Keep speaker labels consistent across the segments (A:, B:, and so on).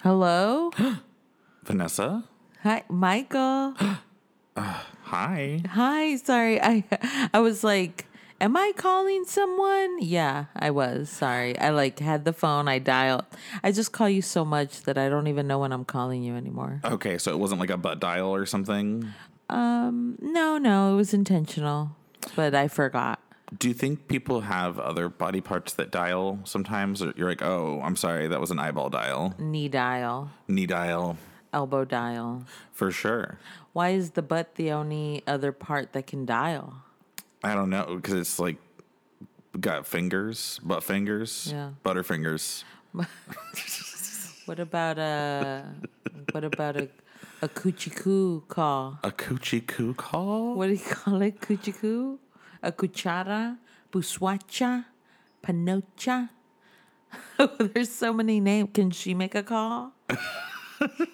A: Hello?
B: Vanessa?
A: Hi, Michael.
B: Hi.
A: Hi, sorry. I I was like, am I calling someone? Yeah, I was. Sorry. I like had the phone. I dialed. I just call you so much that I don't even know when I'm calling you anymore.
B: Okay, so it wasn't like a butt dial or something.
A: Um, no, no, it was intentional, but I forgot.
B: Do you think people have other body parts that dial sometimes? Or you're like, oh, I'm sorry, that was an eyeball dial,
A: Knee dial,
B: knee dial,
A: elbow dial.
B: for sure.
A: Why is the butt the only other part that can dial?
B: I don't know because it's like got fingers, butt fingers,
A: Yeah.
B: butterfingers.
A: What about a what about a a coochie coo call?
B: A coochie coo call.
A: What do you call it? Coochie coo? A cuchara, buswacha, panocha. There's so many names. Can she make a call?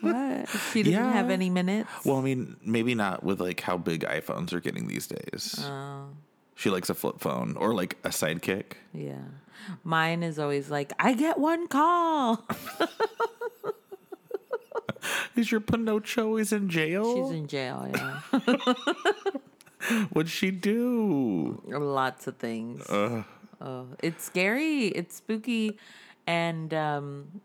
A: what? She didn't have
B: Yeah.
A: any minutes.
B: Well, I mean, maybe not with like how big iPhones are getting these days.
A: Oh.
B: She likes a flip phone or like a sidekick.
A: Yeah. Mine is always like, I get one call.
B: Is your Pinocchio is in jail?
A: She's in jail, yeah.
B: What'd she do?
A: Lots of things. Oh, it's scary. It's spooky. And um,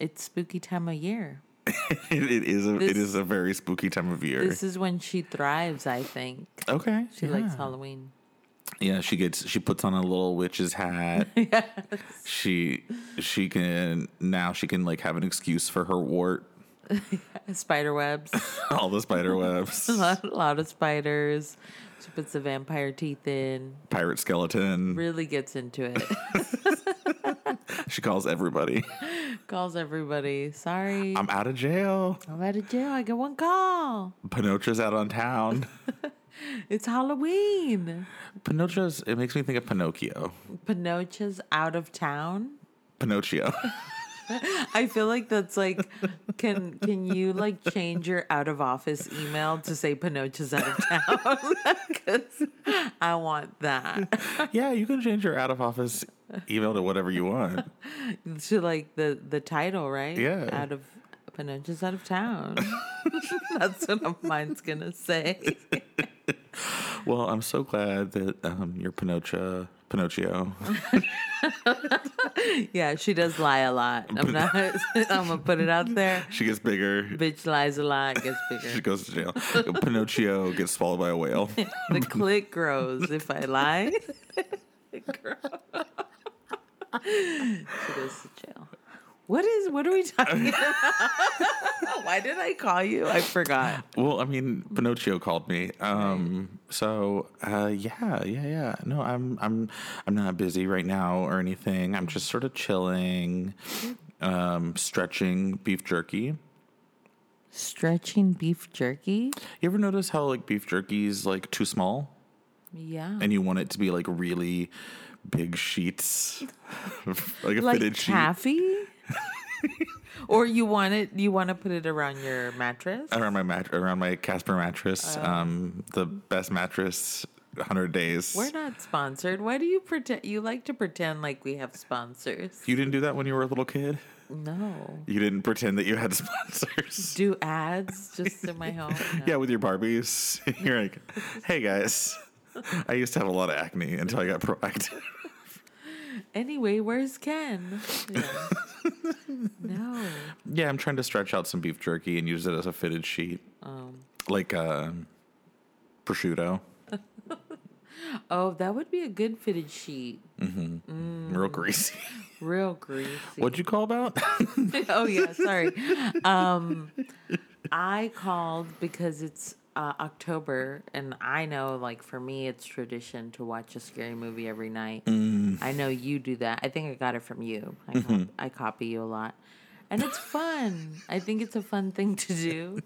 A: it's spooky time of year.
B: It, it is a
A: This-
B: it is a very spooky time of year.
A: This is when she thrives, I think.
B: okay.
A: She
B: yeah.
A: likes Halloween.
B: Yeah, she gets she puts on a little witch's hat. She she can now she can like have an excuse for her wart.
A: Spider webs,
B: All the spider webs,
A: a lot, a lot of spiders. She puts the vampire teeth in.
B: pirate skeleton.
A: Really gets into it.
B: She calls everybody.
A: Calls everybody. Sorry, I'm,
B: I'm out of jail.
A: out of jail. I get one call.
B: Pinocchio's out on town.
A: It's Halloween.
B: Pinocchio's it makes me think of Pinocchio.
A: Pinocchio's out of town.
B: Pinocchio.
A: I feel like that's like, can can you like change your out of office email to say Pinocchio's out of town? 'Cause I want that.
B: yeah, you can change your out of office email to whatever you want.
A: to like the the title, right?
B: Yeah.
A: Out of Pinocchio's out of town. That's what mine's gonna say.
B: Well, I'm so glad that um, your Pinocchio, Pinocchio,
A: Yeah, she does lie a lot. I'm not. I'm gonna put it out there.
B: she gets bigger.
A: Bitch lies a lot, gets
B: She
A: bigger.
B: goes to jail. Pinocchio gets swallowed by a whale.
A: The click grows if I lie. It grows. she goes to jail. What is? What are we talking about? Why did I call you? I forgot.
B: Well, I mean, Pinocchio called me. Um, so uh, yeah, yeah, yeah. No, I'm, I'm, I'm not busy right now or anything. I'm just sort of chilling, um, stretching beef jerky.
A: Stretching beef jerky.
B: You ever notice how like beef jerky's like too small?
A: Yeah.
B: and you want it to be like really big sheets, like a
A: like
B: fitted
A: taffy or you want it you want to put it around your mattress
B: sheet around my mat around my Casper mattress.
A: Oh.
B: um, the best mattress, hundred days.
A: we're not sponsored why do you pretend you like to pretend like we have sponsors
B: you didn't do that when you were a little kid.
A: no
B: You didn't pretend that you had sponsors.
A: do ads just in my home No.
B: Yeah, with your Barbies, you're like, "Hey guys, I used to have a lot of acne until I got proactive."
A: anyway where's ken Yeah. no
B: yeah, I'm trying to stretch out some beef jerky and use it as a fitted sheet,
A: Um.
B: like uh, prosciutto,
A: oh that would be a good fitted sheet Mm.
B: real greasy.
A: real greasy
B: What'd you call about?
A: oh yeah, sorry. Um, I called because it's uh, October, and I know, like for me, it's tradition to watch a scary movie every night. I know you do that. I think I got it from you. I, cop- I copy you a lot, and it's fun. I think it's a fun thing to do.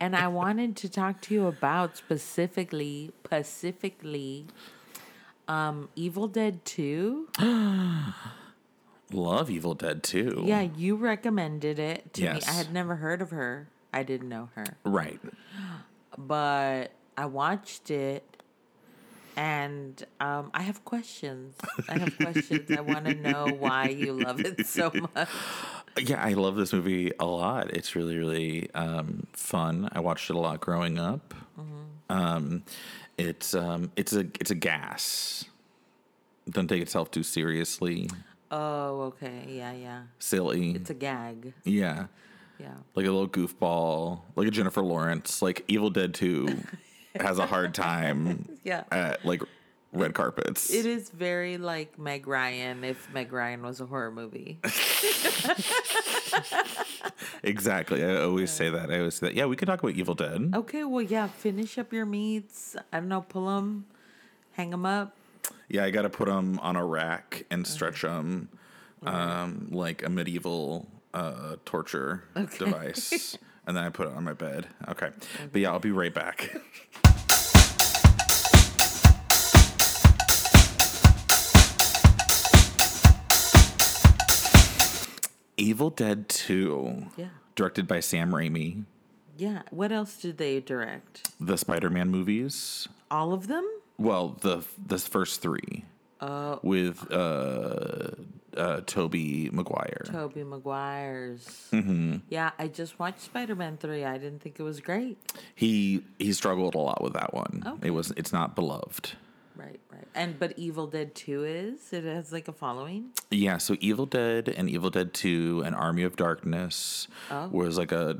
A: And I wanted to talk to you about specifically, specifically, um, Evil Dead Two.
B: Love Evil Dead 2.
A: Yeah, you recommended it to me. I
B: Yes.
A: had never heard of her. I didn't know her.
B: Right.
A: But I watched it and um, I have questions. I have questions. I want to know why you love it so much.
B: yeah, I love this movie a lot. It's really, really um, fun. I watched it a lot growing up. Um, it's um, it's a it's a gas. Don't take itself too seriously.
A: Oh, okay. Yeah, yeah.
B: Silly.
A: It's a gag.
B: yeah.
A: Yeah.
B: Like a little goofball, like a Jennifer Lawrence, like Evil Dead 2 has a hard time
A: Yeah.
B: at like red carpets.
A: It is very like Meg Ryan if Meg Ryan was a horror movie.
B: Exactly. I always say that. I always say that. Yeah, we could talk about Evil Dead.
A: Okay, well, yeah, finish up your meats. I don't know, pull them, hang them up.
B: Yeah, I got to put them on a rack and stretch them um, like a medieval uh, torture device. and then I put it on my bed. Okay. But yeah, I'll be right back. Evil Dead 2,
A: Yeah.
B: directed by Sam Raimi,
A: Yeah. What else did they direct?
B: the Spider Man movies.
A: All of them?
B: Well, the the first three. with uh, uh, Toby Maguire.
A: Toby Maguire's. Yeah, I just watched Spider Man 3. I didn't think it was great.
B: he he struggled a lot with that one. It was it's not beloved.
A: Right, right. And but Evil Dead 2 is? It has like a following?
B: Yeah, so Evil Dead and Evil Dead 2 and Army of Darkness
A: Oh.
B: was like a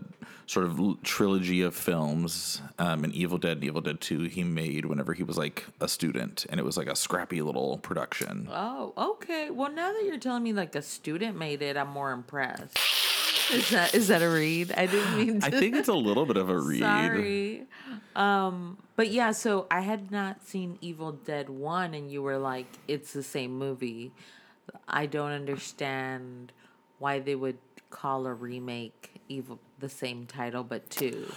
B: sort of l- trilogy of films. Um, and Evil Dead and Evil Dead 2 he made whenever he was like a student. And it was like a scrappy little production.
A: Oh, okay. Well, now that you're telling me like a student made it, I'm more impressed. Is that is that a read? I didn't mean to.
B: I think it's a little bit of a read.
A: Sorry. Um, but yeah, so I had not seen Evil Dead 1 and you were like it's the same movie. I don't understand why they would call a remake Evil the same title but 2.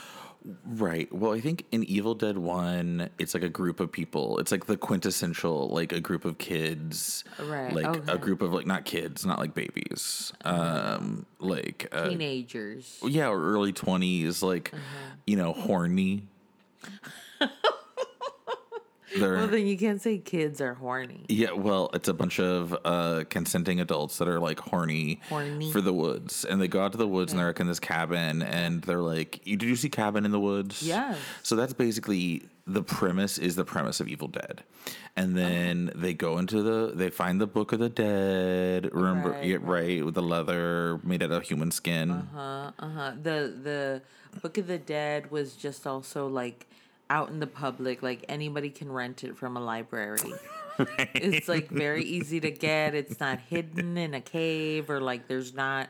B: Right. Well, I think in Evil Dead 1, it's like a group of people. It's like the quintessential, like a group of kids.
A: Right,
B: Like
A: okay. Mm-hmm.
B: a group of, like, not kids, not like babies. Um, like, uh,
A: Teenagers.
B: yeah, or early 20s, like,
A: Mm-hmm.
B: you know, horny. They're,
A: Well, then you can't say kids are horny.
B: yeah, well, it's a bunch of uh, consenting adults that are like horny,
A: Horny.
B: for the woods, and they go out to the woods and they're like in this cabin, and they're like, "You did you see Cabin in the Woods?"
A: Yes.
B: So that's basically the premise is the premise of Evil Dead, and
A: Uh-huh.
B: then they go into the they find the Book of the Dead. Remember,
A: Right,
B: yeah, right, with the leather made out of human skin.
A: Uh, uh-huh. The the Book of the Dead was just also like out in the public, like anybody can rent it from a library. It's like very easy to get. It's not hidden in a cave or like there's not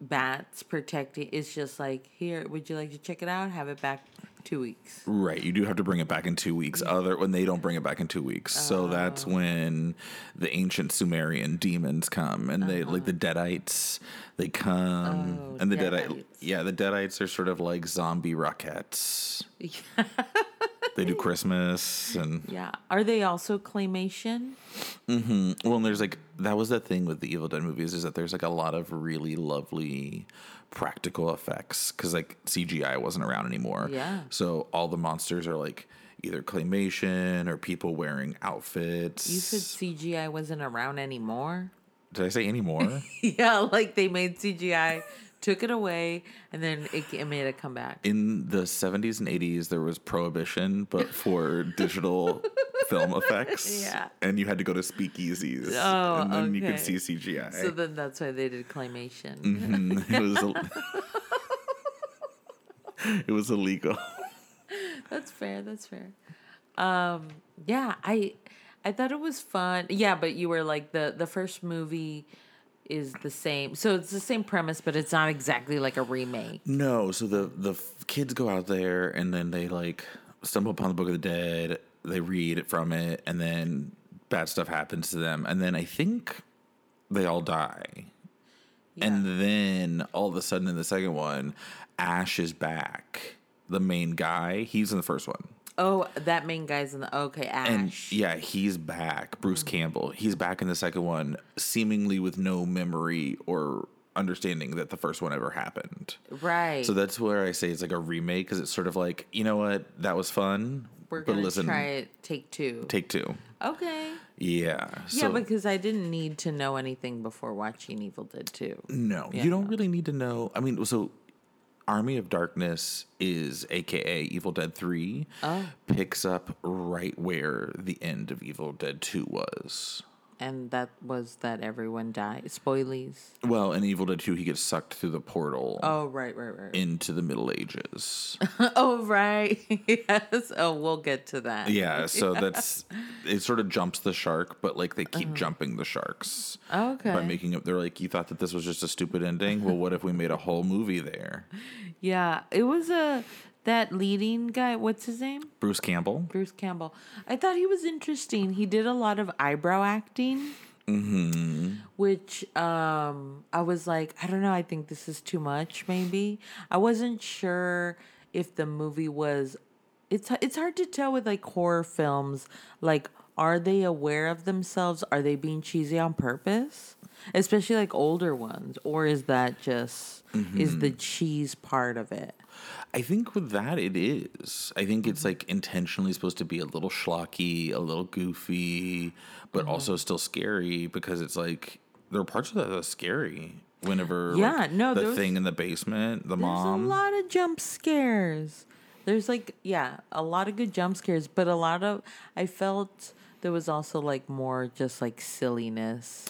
A: bats protecting. It's just like here, would you like to check it out? Have it back two weeks.
B: Right, you do have to bring it back in two weeks.
A: Mm-hmm.
B: Other when they don't bring it back in two weeks, so that's
A: Oh.
B: when the ancient Sumerian demons come, and they like the Deadites. They come,
A: Uh-huh. Oh,
B: and the
A: Deadites.
B: Deadite, yeah, the Deadites are sort of like zombie rockets. they do Christmas, and
A: Yeah. Are they also claymation?
B: well, and there's like that was the thing with the Evil Dead movies is that there's like a lot of really lovely practical effects because like CGI wasn't around anymore.
A: Yeah.
B: So all the monsters are like either claymation or people wearing outfits.
A: You said CGI wasn't around anymore.
B: Did I say any more?
A: Yeah, like they made CGI, took it away, and then it, it made a comeback.
B: In the 70s and 80s, there was prohibition, but for digital film effects.
A: Yeah.
B: And you had to go to speakeasies.
A: Oh,
B: and then you could
A: okay.
B: see CGI.
A: So then that's why they did claymation.
B: Mhm. it, was a, it was illegal.
A: That's fair. That's fair. Um, yeah, I I thought it was fun. Yeah, but you were like the the first movie is the same. So it's the same premise, but it's not exactly like a remake.
B: No, so the the f- kids go out there and then they like stumble upon the Book of the Dead. They read from it, and then bad stuff happens to them, and then I think they all die. And then all of a sudden, in the second one, Ash is back. The main guy, he's in the first one,
A: Oh, that main guy's in the okay,
B: and
A: Ash.
B: yeah, he's back. Bruce Campbell, he's back in the second one, seemingly with no memory or understanding that the first one ever happened.
A: right.
B: So that's where I say it's like a remake because it's sort of like, you know what, that was fun.
A: we're
B: But
A: gonna
B: listen-
A: try it. Take two.
B: Take two.
A: okay.
B: Yeah.
A: Yeah,
B: so-
A: because I didn't need to know anything before watching Evil Dead Two.
B: No, you don't really need to know. I mean, so Army of Darkness is AKA Evil Dead 3,
A: Oh.
B: picks up right where the end of Evil Dead 2 was.
A: And that was that everyone died. Spoilies.
B: Well, in Evil Dead 2, he gets sucked through the portal
A: Oh right, right, right.
B: into the Middle Ages.
A: oh right. yes. Oh, we'll get to that.
B: yeah, so that's it, sort of jumps the shark, but like they keep
A: Uh-huh.
B: jumping the sharks.
A: Okay.
B: By making up, they're like, you thought that this was just a stupid ending? Well, what if we made a whole movie there?
A: yeah. It was a that leading guy. What's his name?
B: Bruce Campbell?
A: Bruce Campbell. I thought he was interesting. He did a lot of eyebrow acting. Which um I was like, I don't know, I think this is too much maybe. I wasn't sure if the movie was it's it's hard to tell with like horror films like are they aware of themselves? Are they being cheesy on purpose? Especially like older ones or is that just is the cheese part of it?
B: I think with that it is. I think
A: Mm-hmm.
B: it's like intentionally supposed to be a little schlocky, a little goofy, but
A: Mm-hmm.
B: also still scary because it's like there are parts of that that are scary. Whenever
A: Yeah,
B: like,
A: no,
B: the
A: there was-
B: thing in the basement, the
A: There's
B: mom.
A: a lot of jump scares. There's like yeah, a lot of good jump scares, but a lot of I felt there was also like more just like silliness,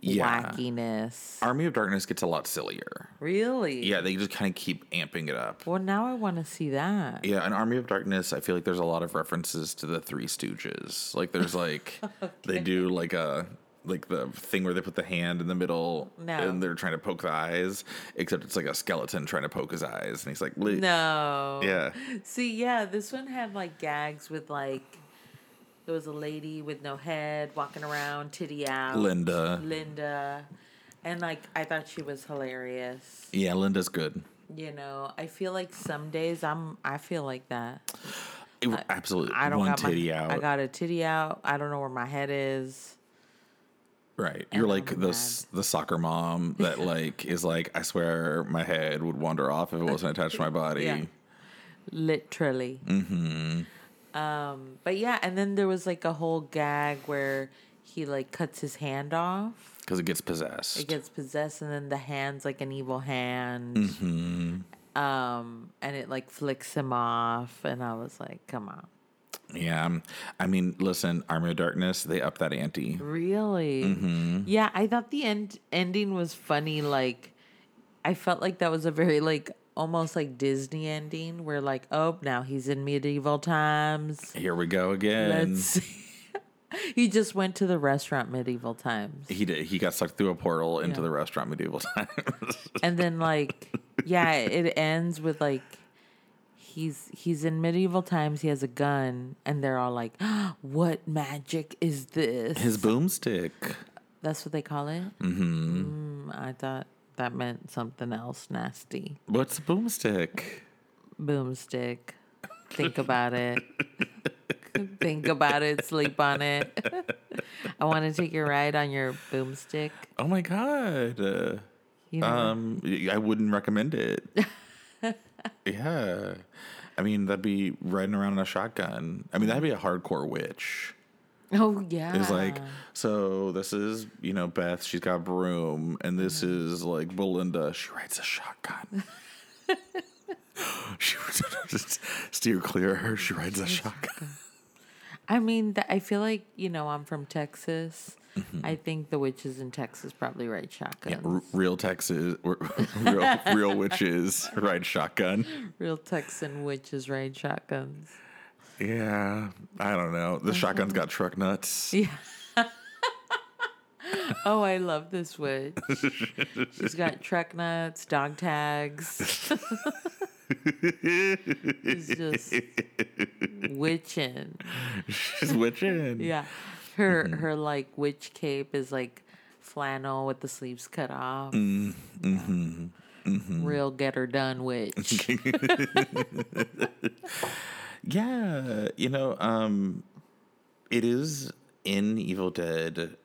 B: Yeah.
A: wackiness.
B: Army of Darkness gets a lot sillier.
A: Really?
B: Yeah, they just kind of keep amping it up.
A: Well, now I want to see that.
B: Yeah, in Army of Darkness, I feel like there's a lot of references to the Three Stooges. Like there's like they do like a like the thing where they put the hand in the middle
A: No.
B: and they're trying to poke the eyes, except it's like a skeleton trying to poke his eyes, and he's like, "Li-
A: No.
B: yeah,
A: See, yeah, this one had like gags with like there was a lady with no head walking around, titty out.
B: Linda,
A: Linda. And like I thought she was hilarious.
B: yeah, Linda's good,
A: You know, I feel like some days I'm I feel like that.
B: It- absolutely,
A: I don't
B: one
A: got
B: titty
A: my,
B: out,
A: I got a titty out. I don't know where my head is.
B: right? You're like
A: I'm
B: the s- the soccer mom that like is like, I swear my head would wander off if it wasn't attached to my body.
A: Yeah. Literally.
B: Mm-hmm.
A: Um, but yeah, and then there was like a whole gag where he like cuts his hand off.
B: Because it gets possessed.
A: It gets possessed, and then the hand's like an evil hand.
B: Mm-hmm.
A: Um, and it like flicks him off, and I was like, "Come on,
B: Yeah. um, I mean, listen, Army of Darkness, they up that ante.
A: really?" Yeah, I thought the end ending was funny. Like, I felt like that was a very like almost like Disney ending, where like, "Oh, now he's in medieval times."
B: Here we go again.
A: Let's see. he just went to the restaurant medieval times.
B: He did, he got sucked through a portal into
A: Yeah.
B: the restaurant medieval times.
A: And then like yeah, it ends with like he's he's in medieval times, he has a gun, and they're all like, What magic is this?
B: His boomstick.
A: That's what they call it? Mm-hmm. Mm, I thought that meant something else nasty.
B: What's a boomstick?
A: Boomstick. Think about it. Think about it, sleep on it. I want to take your ride on your boomstick.
B: Oh my god. Uh,
A: You know,
B: um, y- I wouldn't recommend it. yeah. I mean, that'd be riding around in a shotgun. I mean, that'd be a hardcore witch.
A: Oh yeah.
B: It's like, so this is, you know, Beth, she's got a broom, and this is like Belinda, she rides a shotgun. she was just steer clear of her, she rides a shotgun.
A: I mean, th- I feel like you know I'm from Texas. I think the witches in Texas probably ride shotguns.
B: Mm-hmm. Yeah, r- real Texas, r- real, real witches ride shotgun.
A: Real Texan witches ride shotguns.
B: Yeah, I don't know. The shotgun's got truck nuts.
A: Yeah. oh, I love this witch. She's got truck nuts, dog tags. She's just witching.
B: She's witching.
A: Yeah. Her
B: Mm-hmm.
A: her like witch cape is like flannel with the sleeves cut off. Mm,
B: Mm-hmm.
A: hmm Real get her done witch.
B: Yeah, you know, um it is in Evil Dead.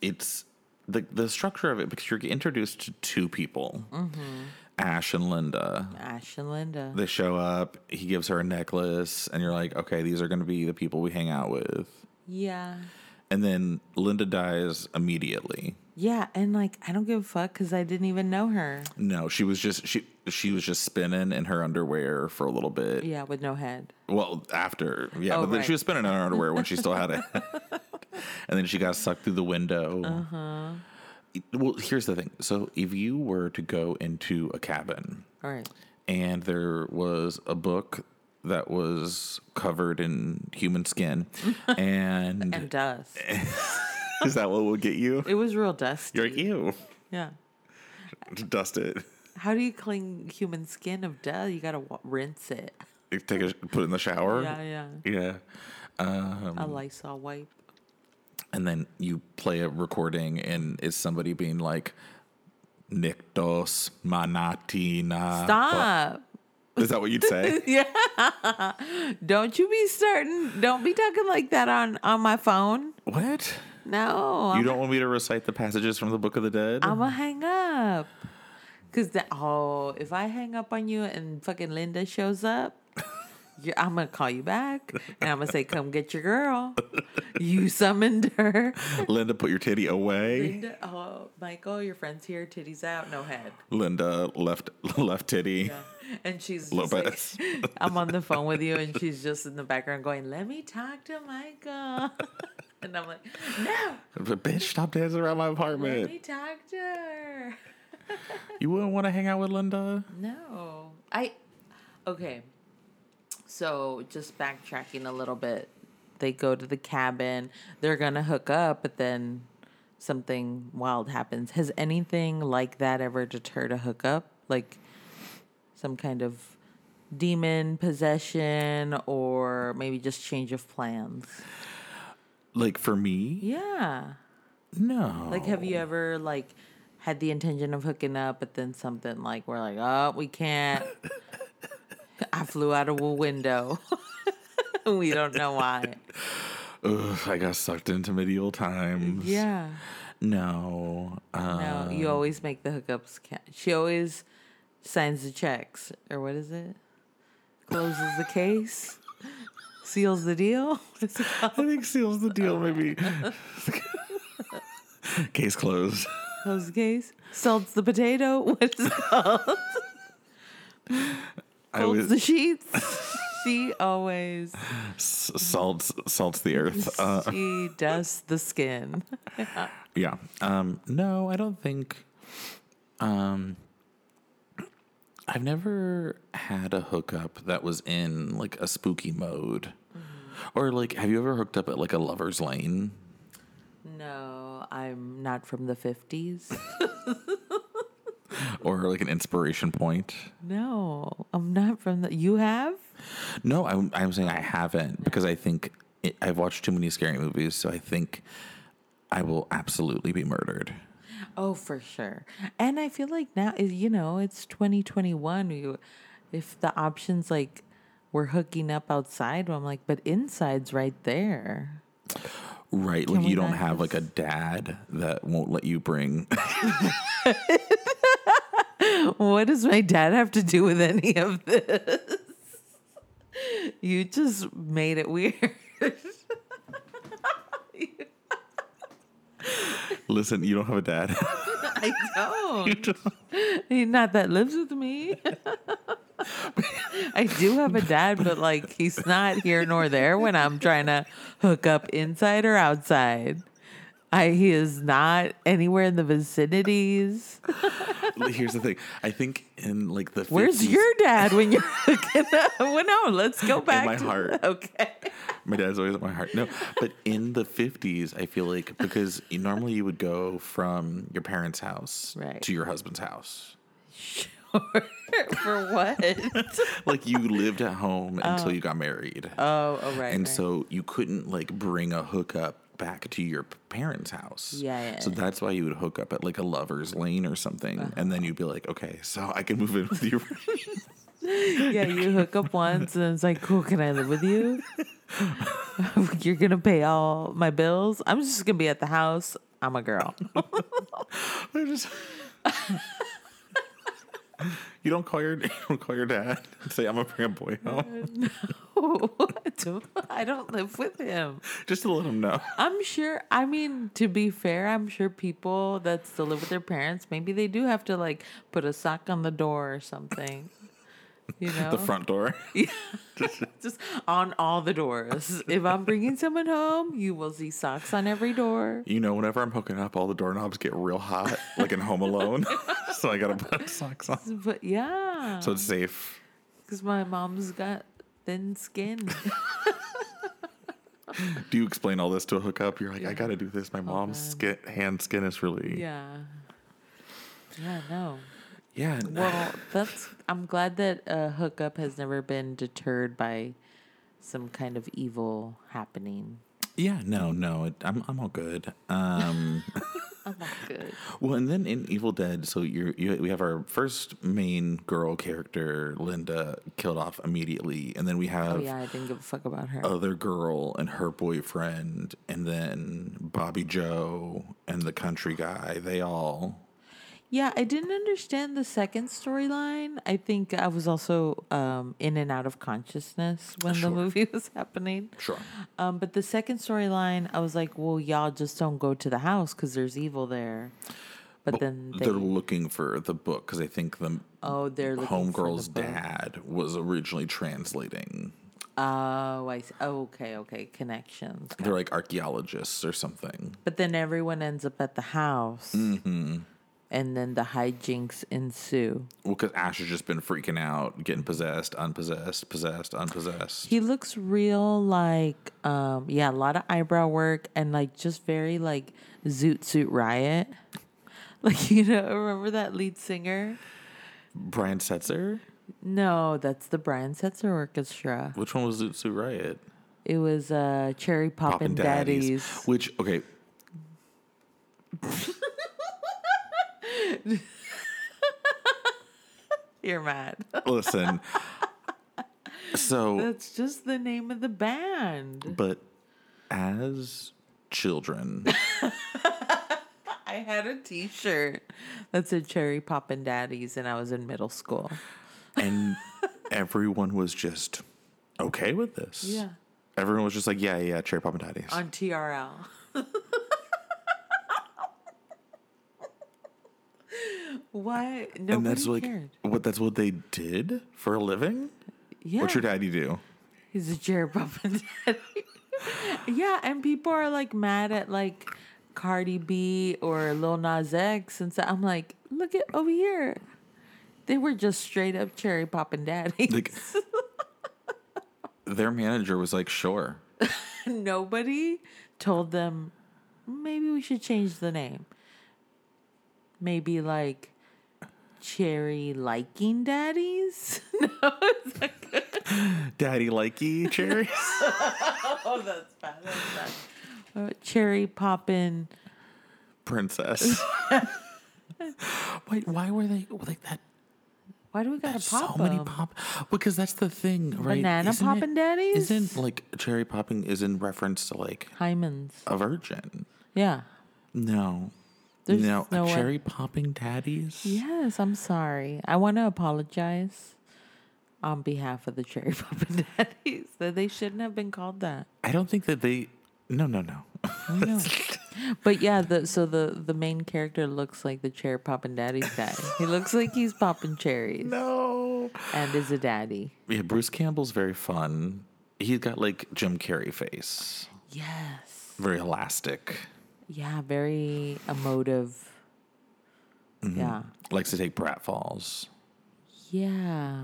B: It's the the structure of it because you're introduced to two people. Ash and Linda.
A: Ash and Linda.
B: They show up. He gives her a necklace, and you're like, okay, these are going to be the people we hang out with.
A: yeah.
B: And then Linda dies immediately.
A: Yeah, and like I don't give a fuck because I didn't even know her.
B: No, she was just she she was just spinning in her underwear for a little bit.
A: Yeah, with no head.
B: Well, after yeah,
A: Oh,
B: but then
A: right.
B: she was spinning in her underwear when she still had it, and then she got sucked through the window.
A: Uh-huh.
B: Well, here's the thing. So if you were to go into a cabin
A: All right.
B: and there was a book that was covered in human skin, and,
A: And dust.
B: is that what would get you?
A: It was real dust.
B: You're like, ew,
A: Yeah.
B: dust it.
A: How do you clean human skin of dust? You gotta wa- rinse it.
B: You Take a put it in the shower.
A: Yeah, yeah.
B: yeah. Um,
A: A Lysol wipe.
B: and then you play a recording and it's somebody being like Niktos Manatina.
A: Stop.
B: Is that what you'd say?
A: Don't you be certain. Don't be talking like that on on my phone.
B: what?
A: No. I'm,
B: You don't want me to recite the passages from the Book of the Dead?
A: I'm gonna hang up. Cause that oh, if I hang up on you and fucking Linda shows up, you I'm gonna call you back and I'm gonna say, "Come get your girl. You summoned her."
B: Linda, put your titty away.
A: Linda, oh, Michael, your friend's here. Titties out, no head.
B: Linda, left left titty.
A: And she's just like-
B: Lopez.
A: I'm on the phone with you, and she's just in the background going, "Let me talk to Michael." and I'm like, "No,
B: Bitch, stop dancing around my
A: let
B: apartment.
A: me talk to her."
B: You wouldn't want to hang out with Linda?
A: No, I. Okay, so just backtracking a little bit, they go to the cabin. They're gonna hook up, but then something wild happens. Has anything like that ever deterred a hookup? Like some kind of demon possession, or maybe just change of plans?
B: Like for me?
A: Yeah.
B: No.
A: Like, have you ever like had the intention of hooking up, but then something like we're like, oh, we can't. I flew out of a window. we don't know why.
B: Ugh, I got sucked into medieval times.
A: Yeah.
B: No. Uh,
A: No, you always make the hookups count. She always signs the checks, or what is it? Closes the case, seals the deal.
B: I think seals the deal, maybe. Case closed.
A: Close the case, sells the potato. What is it called?
B: I
A: Folds
B: was
A: the sheets. She always
B: salts salts the earth. Uh,
A: she dusts the skin.
B: yeah. Um, no, I don't think. Um, I've never had a hookup that was in like a spooky mode,
A: Mm-hmm.
B: or like, have you ever hooked up at like a lover's lane?
A: No, I'm not from the 50s.
B: Or like an inspiration point.
A: No, I'm not from the. You have?
B: No, I'm, I'm saying I haven't because I think it, I've watched too many scary movies, so I think I will absolutely be murdered.
A: Oh, for sure. And I feel like now, is- you know, it's 2021. You, if the options like we're hooking up outside, I'm like, but inside's right there.
B: Right.
A: Can
B: like
A: we
B: you don't
A: not
B: have like a dad that won't let you bring
A: What does my dad have to do with any of this? You just made it weird.
B: listen, you don't have a dad.
A: I don't.
B: You don't-
A: He- Not that lives with me. I do have a dad, but like he's not here nor there when I'm trying to hook up inside or outside. I he is not anywhere in the vicinities.
B: Here's the thing. I think in like the
A: Where's
B: 50s,
A: your dad when you're hooking up? Well, no, let's go back
B: my
A: to
B: heart.
A: Okay.
B: my dad's always at my heart. No, but in the 50s, I feel like because you- normally you would go from your parents' house
A: Right.
B: to your husband's house.
A: For what?
B: Like you lived at home until you got married.
A: Oh, oh right.
B: and
A: right.
B: so you couldn't like bring a hookup back to your p- parents' house.
A: Yeah, yeah,
B: So
A: yeah. Uh-huh.
B: that's why you would hook up at like a lover's lane or something, and then you'd be like, okay, so I can move in with you.
A: yeah, you hook up once and it's like, cool, can I live with you? You're gonna pay all my bills. I'm just gonna be at the house. I'm a girl.
B: They're just- You don't call your you don't call your dad and say I'm gonna bring a boy home
A: What? I don't live with him.
B: just to let him know.
A: I'm sure. I mean, to be fair, I'm sure people that still live with their parents, maybe they do have to like put a sock on the door or something. You know,
B: The front door.
A: just on all the doors. if I'm bringing someone home, you will see socks on every door.
B: You know, whenever I'm hooking up, all the doorknobs get real hot, like in Home Alone. so I gotta put socks on
A: But yeah,
B: so it's safe.
A: because my mom's got thin skin.
B: Do you explain all this to a hookup? You're like, I gotta do this. My mom's skin, hand skin is really
A: yeah, yeah, no.
B: yeah. n-
A: Well, that's. I'm glad that a hookup has never been deterred by some kind of evil happening.
B: Yeah, no, no, it, I'm I'm all good. Um,
A: I'm not good.
B: well, and then in Evil Dead, so you're, you we have our first main girl character, Linda, killed off immediately, and then we have
A: Oh, yeah, I didn't give a fuck about her.
B: other girl and her boyfriend, and then Bobby Joe and the country guy. They all
A: yeah, I didn't understand the second storyline. I think I was also um, in and out of consciousness when
B: Sure.
A: the movie was happening.
B: sure.
A: Um, but the second storyline, I was like, well, y'all just don't go to the house because there's evil there. But then they,
B: They're looking for the book because I think the
A: oh, they're looking for the
B: homegirl's
A: book.
B: dad was originally translating.
A: Oh, I see. Oh, okay, okay, connections.
B: They're like archaeologists or something.
A: But then everyone ends up at the house.
B: Mm-hmm.
A: And then the hijinks ensue.
B: Well, because Ash has just been freaking out, getting possessed, unpossessed, possessed, unpossessed.
A: He looks real like, um, yeah, a lot of eyebrow work and like just very like Zoot Suit Riot. Like, you know, remember that lead singer?
B: Brian Setzer?
A: No, that's the Brian Setzer Orchestra.
B: Which one was Zoot Suit Riot?
A: It was uh, Cherry
B: Poppin'
A: Poppin', Daddies.
B: Which, okay.
A: You're mad.
B: Listen. so,
A: that's just the name of the band.
B: but as children,
A: I had a t shirt that said Cherry Poppin' Daddies, and I was in middle school.
B: and everyone was just okay with this.
A: Yeah.
B: Everyone was just like, yeah, yeah, Cherry Pop and Daddies.
A: on TRL. Why? Nobody
B: and that's like,
A: cared.
B: what that's what they did for a living?
A: Yeah,
B: What's your daddy do?
A: he's a Jerry Puffin Daddy. yeah, and people are like mad at like Cardi B or Lil Nas X, and so I'm like, look at over here. They were just straight up cherry poppin' daddy.
B: Like, their manager was like, sure.
A: Nobody told them maybe we should change the name. Maybe like Cherry Liking Daddies.
B: Daddy likey cherries.
A: oh, that's bad. That's bad. Uh, cherry Poppin.
B: princess. Wait, why were they like that?
A: Why do we gotta pop
B: so many
A: 'em?
B: pop because that's the thing, right?
A: Banana
B: Isn't
A: poppin'
B: it-
A: daddies?
B: Isn't like cherry popping is in reference to like
A: Hymens.
B: a virgin?
A: Yeah.
B: No,
A: There's
B: no,
A: no way.
B: cherry popping daddies.
A: Yes, I'm sorry. I want to apologize on behalf of the Cherry Poppin' Daddies that they shouldn't have been called that.
B: I don't think that they. No, no, no.
A: No. but yeah, the so the the main character looks like the cherry poppin' daddy's guy. He looks like he's popping cherries
B: no.
A: and is a daddy.
B: Yeah, Bruce Campbell's very fun. He's got like Jim Carrey face,
A: Yes.
B: very elastic.
A: Yeah, very emotive. Yeah.
B: Likes to take pratfalls.
A: Yeah.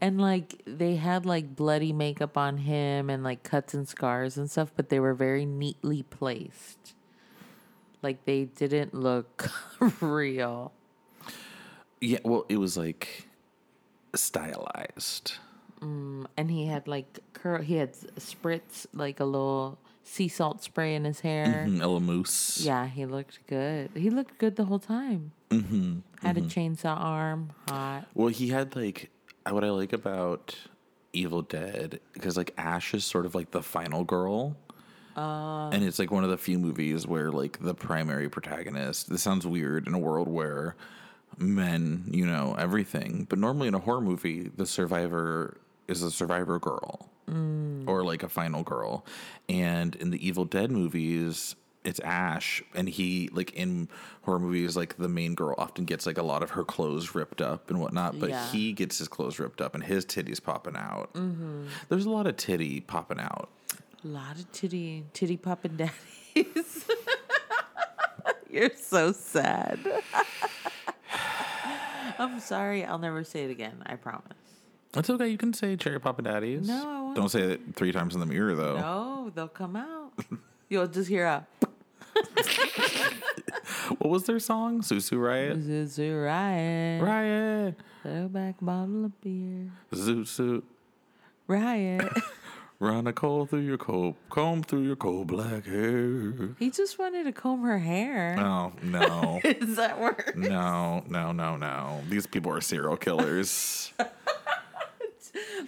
A: And like they had like bloody makeup on him and like cuts and scars and stuff, but they were very neatly placed. Like they didn't look real.
B: Yeah, well, it was like stylized.
A: and he had like curl he had s- spritz like a little sea salt spray in his hair
B: Mm, a little moose.
A: yeah he looked good he looked good the whole time mm-hmm, had a chainsaw arm hot
B: Well, he had like I- what I like about Evil Dead because like Ash is sort of like the final girl. and it's like one of the few movies where like the primary protagonist. This sounds weird in a world where men, you know, everything. But normally in a horror movie, the survivor is a survivor girl or like a final girl. And in the Evil Dead movies, it's Ash, and he like in horror movies, like the main girl often gets like a lot of her clothes ripped up and whatnot, but
A: Yeah.
B: he gets his clothes ripped up and his titties popping out. There's a lot of titty popping out.
A: A lot of titty, titty poppin' daddies. You're so sad. I'm sorry. I'll never say it again. I promise.
B: That's okay. You can say cherry poppin' daddies.
A: No, I won't.
B: don't say it three times in the mirror though.
A: No, they'll come out. You'll just hear a.
B: What was their song? Susu Riot.
A: This is Ryan.
B: Riot.
A: Throw back bottle of beer.
B: Susu.
A: Riot.
B: Run a coal through your coal, comb through your coal black hair.
A: he just wanted to comb her hair.
B: Oh no,
A: Does that work?
B: no, no, no, no! These people are serial killers.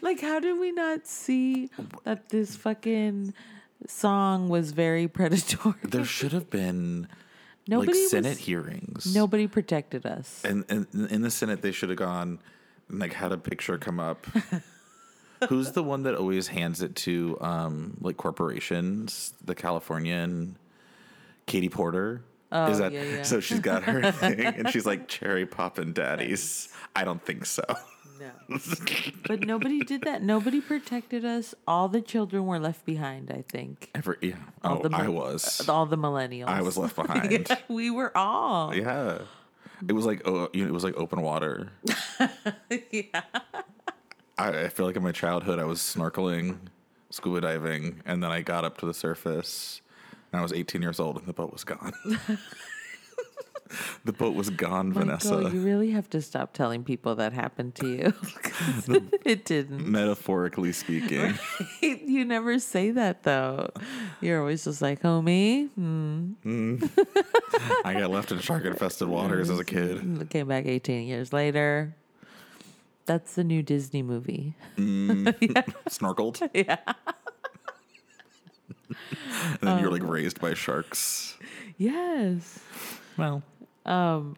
A: Like, how did we not see that this fucking song was very predatory?
B: There should have been
A: Nobody
B: like
A: was-
B: Senate hearings.
A: Nobody protected us.
B: and, and in the Senate they should have gone and like had a picture come up. Who's the one that always hands it to um like corporations? The Californian Katie Porter. Oh, Is that
A: yeah, yeah.
B: so? She's got her thing, and she's like cherry poppin' daddies. I don't think so.
A: No. but nobody did that. Nobody protected us. All the children were left behind, I think.
B: Ever, yeah. Oh,
A: the
B: I
A: mil-
B: was.
A: All the millennials.
B: I was left behind.
A: Yeah, we were all.
B: Yeah. It was like oh, you know, it was like open water.
A: yeah.
B: I, I feel like in my childhood I was snorkeling, scuba diving, and then I got up to the surface, and I was 18 years old, and the boat was gone. the boat was gone, Vanessa.
A: Michael, you really have to stop telling people that happened to you. 'Cause it didn't.
B: Metaphorically speaking,
A: you never say that though. You're always just like, homie,
B: I got left in shark-infested waters as a kid.
A: mm, came back 18 years later. That's the new Disney movie.
B: Snorkeled. Yeah. and then you're
A: Um,
B: like raised by sharks.
A: Yes. Um,
B: Well,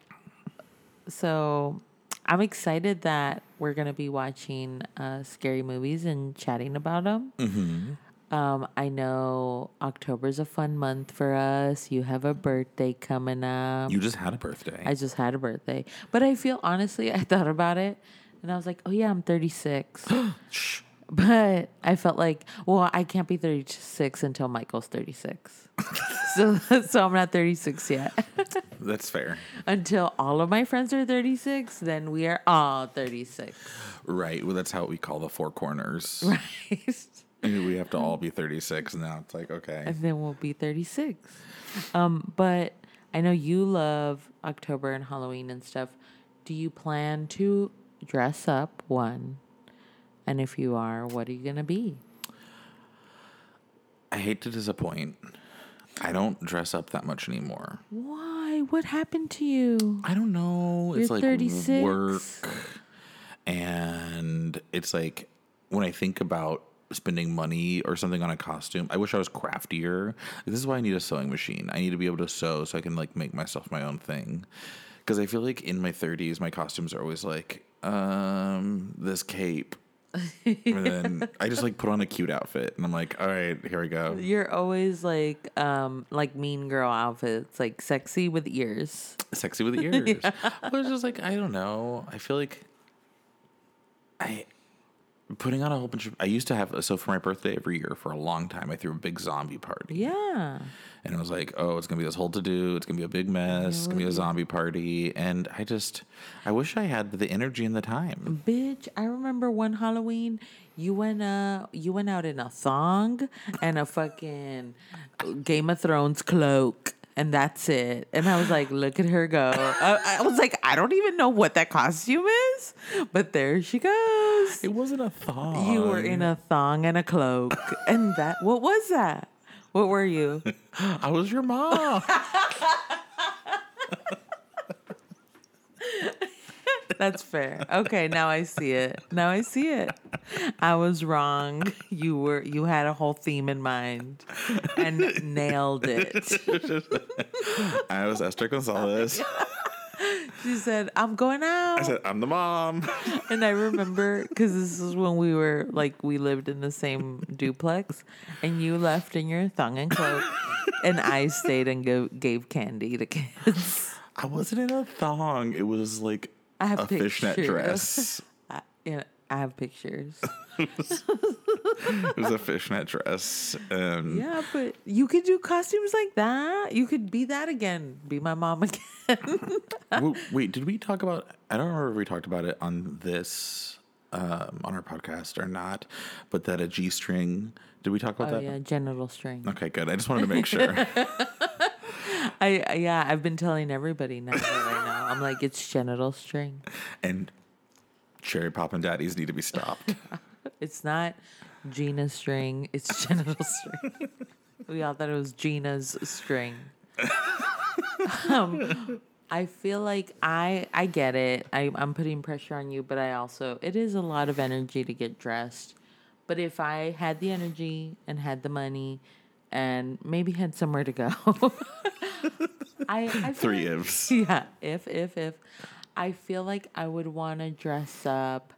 A: So I'm excited that we're going to be watching uh, scary movies and chatting about them. Um, I know October's a fun month for us. You have a birthday coming up.
B: you just had a birthday.
A: I just had a birthday. But I feel honestly, I thought about it and I was like, oh yeah, I'm 36.
B: Shh.
A: But I felt like, well, I can't be 36 until Michael's 36. so, so I'm not 36 yet.
B: That's fair.
A: Until all of my friends are 36, then we are all 36.
B: Right. Well, that's how we call the four corners.
A: Right.
B: And we have to all be 36 now. It's like, okay.
A: and then we'll be 36. Um, but I know you love October and Halloween and stuff. Do you plan to dress up one? And if you are, what are you going to be?
B: I hate to disappoint. I don't dress up that much anymore.
A: Why? What happened to you?
B: I don't know. It's
A: You're
B: like
A: 36.
B: work. And it's like when I think about spending money or something on a costume, I wish I was craftier. This is why I need a sewing machine. I need to be able to sew so I can like make myself my own thing. Cuz I feel like in my 30s my costumes are always like um this cape and then I just like put on a cute outfit and I'm like, all right, here we go.
A: You're always like um like mean girl outfits, like sexy with ears.
B: sexy with ears. I was just like, I don't know. I feel like I putting on a whole bunch of. I used to have so for my birthday every year for a long time. I threw a big zombie party,
A: Yeah.
B: and it was like, oh, it's gonna be this whole to do. It's gonna be a big mess. It's gonna be a zombie party, and I just, I wish I had the energy and the time.
A: Bitch, I remember one Halloween you went uh you went out in a thong and a fucking Game of Thrones cloak. And that's it. And I was like, look at her go. I, I was like, I don't even know what that costume is, but there she goes.
B: It wasn't a thong.
A: You were in a thong and a cloak. And that, what was that? What were you?
B: I was your mom.
A: That's fair. Okay, now I see it. Now I see it. I was wrong. You were you had a whole theme in mind and nailed it.
B: I was Esther Gonzalez.
A: She said, I'm going out.
B: I said, I'm the mom.
A: and I remember because this is when we were like, we lived in the same duplex, and you left in your thong and cloak, and I stayed and go- gave candy to kids.
B: I wasn't in a thong. It was like
A: I have
B: a fishnet
A: pictures.
B: dress.
A: I, you know, I have pictures.
B: It was a fishnet dress. um, And
A: yeah, but you could do costumes like that. You could be that again. Be my mom again.
B: W- wait, did we talk about? I don't remember if we talked about it on this um, on our podcast or not, but that a G string. Did we talk about
A: oh
B: that?
A: yeah, genital string.
B: Okay, good. I just wanted to make sure.
A: I I- yeah, I've been telling everybody now. Right now, I'm like it's genital string.
B: and cherry pop and daddies need to be
A: Oh.
B: stopped.
A: It's not Gina's string. It's genital string. we all thought it was Gina's string. um, I feel like I I get it. I, I'm putting pressure on you, but I also it is a lot of energy to get dressed. But if I had the energy and had the money, and maybe had somewhere to go, I, I feel
B: Three
A: like-
B: ifs.
A: yeah, if if if I feel like I would want to dress up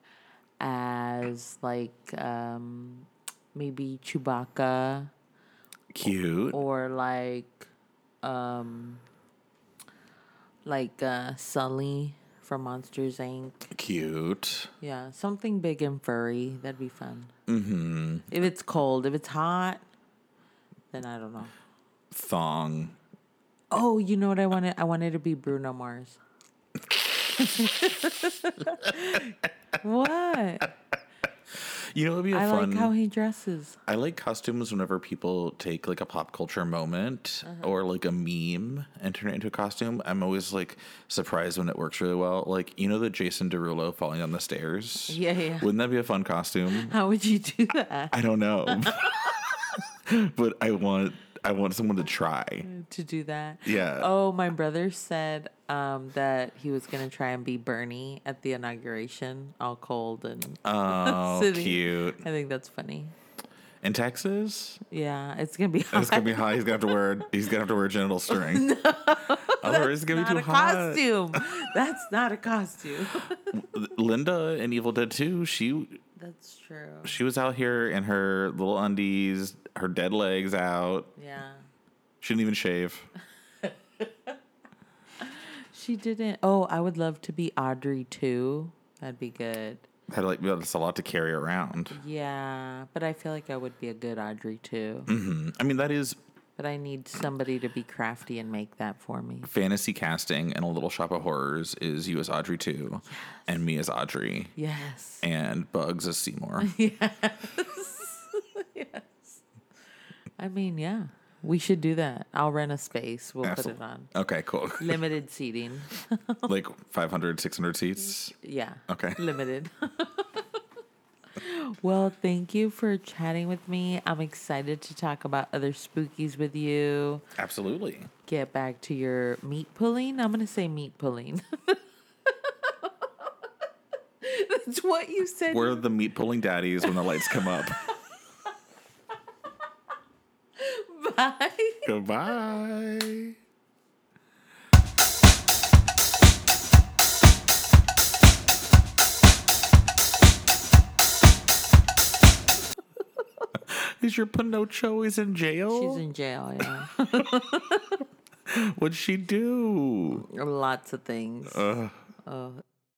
A: as like um maybe Chewbacca
B: Cute.
A: or like um like uh Sully from Monsters Inc.
B: Cute.
A: Yeah, something big and furry. That'd be fun. Mhm. If it's cold, if it's hot, then I don't know.
B: Thong.
A: Oh, you know what I wanted? I wanted to be Bruno Mars. what?
B: You know, it'd be a
A: I
B: fun.
A: like how he dresses.
B: I like costumes whenever people take like a pop culture moment
A: Uh-huh.
B: or like a meme and turn it into a costume. I'm always like surprised when it works really well. Like, you know, the Jason Derulo falling down the stairs?
A: Yeah, yeah.
B: Wouldn't that be a fun costume?
A: How would you do that?
B: I don't know. but I want I want someone to try.
A: To do that?
B: Yeah.
A: Oh, my brother said um, that he was gonna try and be Bernie at the inauguration, all cold and.
B: Oh,
A: Sitting.
B: cute.
A: I think that's funny.
B: In Texas?
A: Yeah, it's gonna be
B: It's gonna
A: hot.
B: be hot. He's gonna have to wear he's gonna have to wear genital string. Otherwise it's gonna be
A: Not
B: too
A: a
B: hot.
A: costume. That's not a costume.
B: Linda in Evil Dead 2, she
A: That's true.
B: she was out here in her little undies, her dead legs out.
A: Yeah.
B: She didn't even shave.
A: She didn't. Oh, I would love to be Audrey too. That'd be good.
B: Had like that's a lot to carry around.
A: Yeah, but I feel like I would be a good Audrey too.
B: I mean, that is
A: But I need somebody to be crafty and make that for me.
B: fantasy casting and a little shop of horrors is you as Audrey too, and me as Audrey,
A: Yes.
B: and Bugs as Seymour.
A: I mean, yeah, we should do that. I'll rent a space. We'll
B: Absolutely.
A: put it on.
B: Okay, cool.
A: Limited seating.
B: like 500, 600 seats.
A: Yeah.
B: Okay.
A: Limited. well, thank you for chatting with me. I'm excited to talk about other spookies with you.
B: Absolutely.
A: get back to your meat pulling. I'm gonna say meat pulling. That's what you said.
B: We're the meat pulling daddies when the lights come up.
A: Bye.
B: Goodbye. Is your Pinocho is in jail?
A: She's in jail. Yeah,
B: What'd she do?
A: lots of things.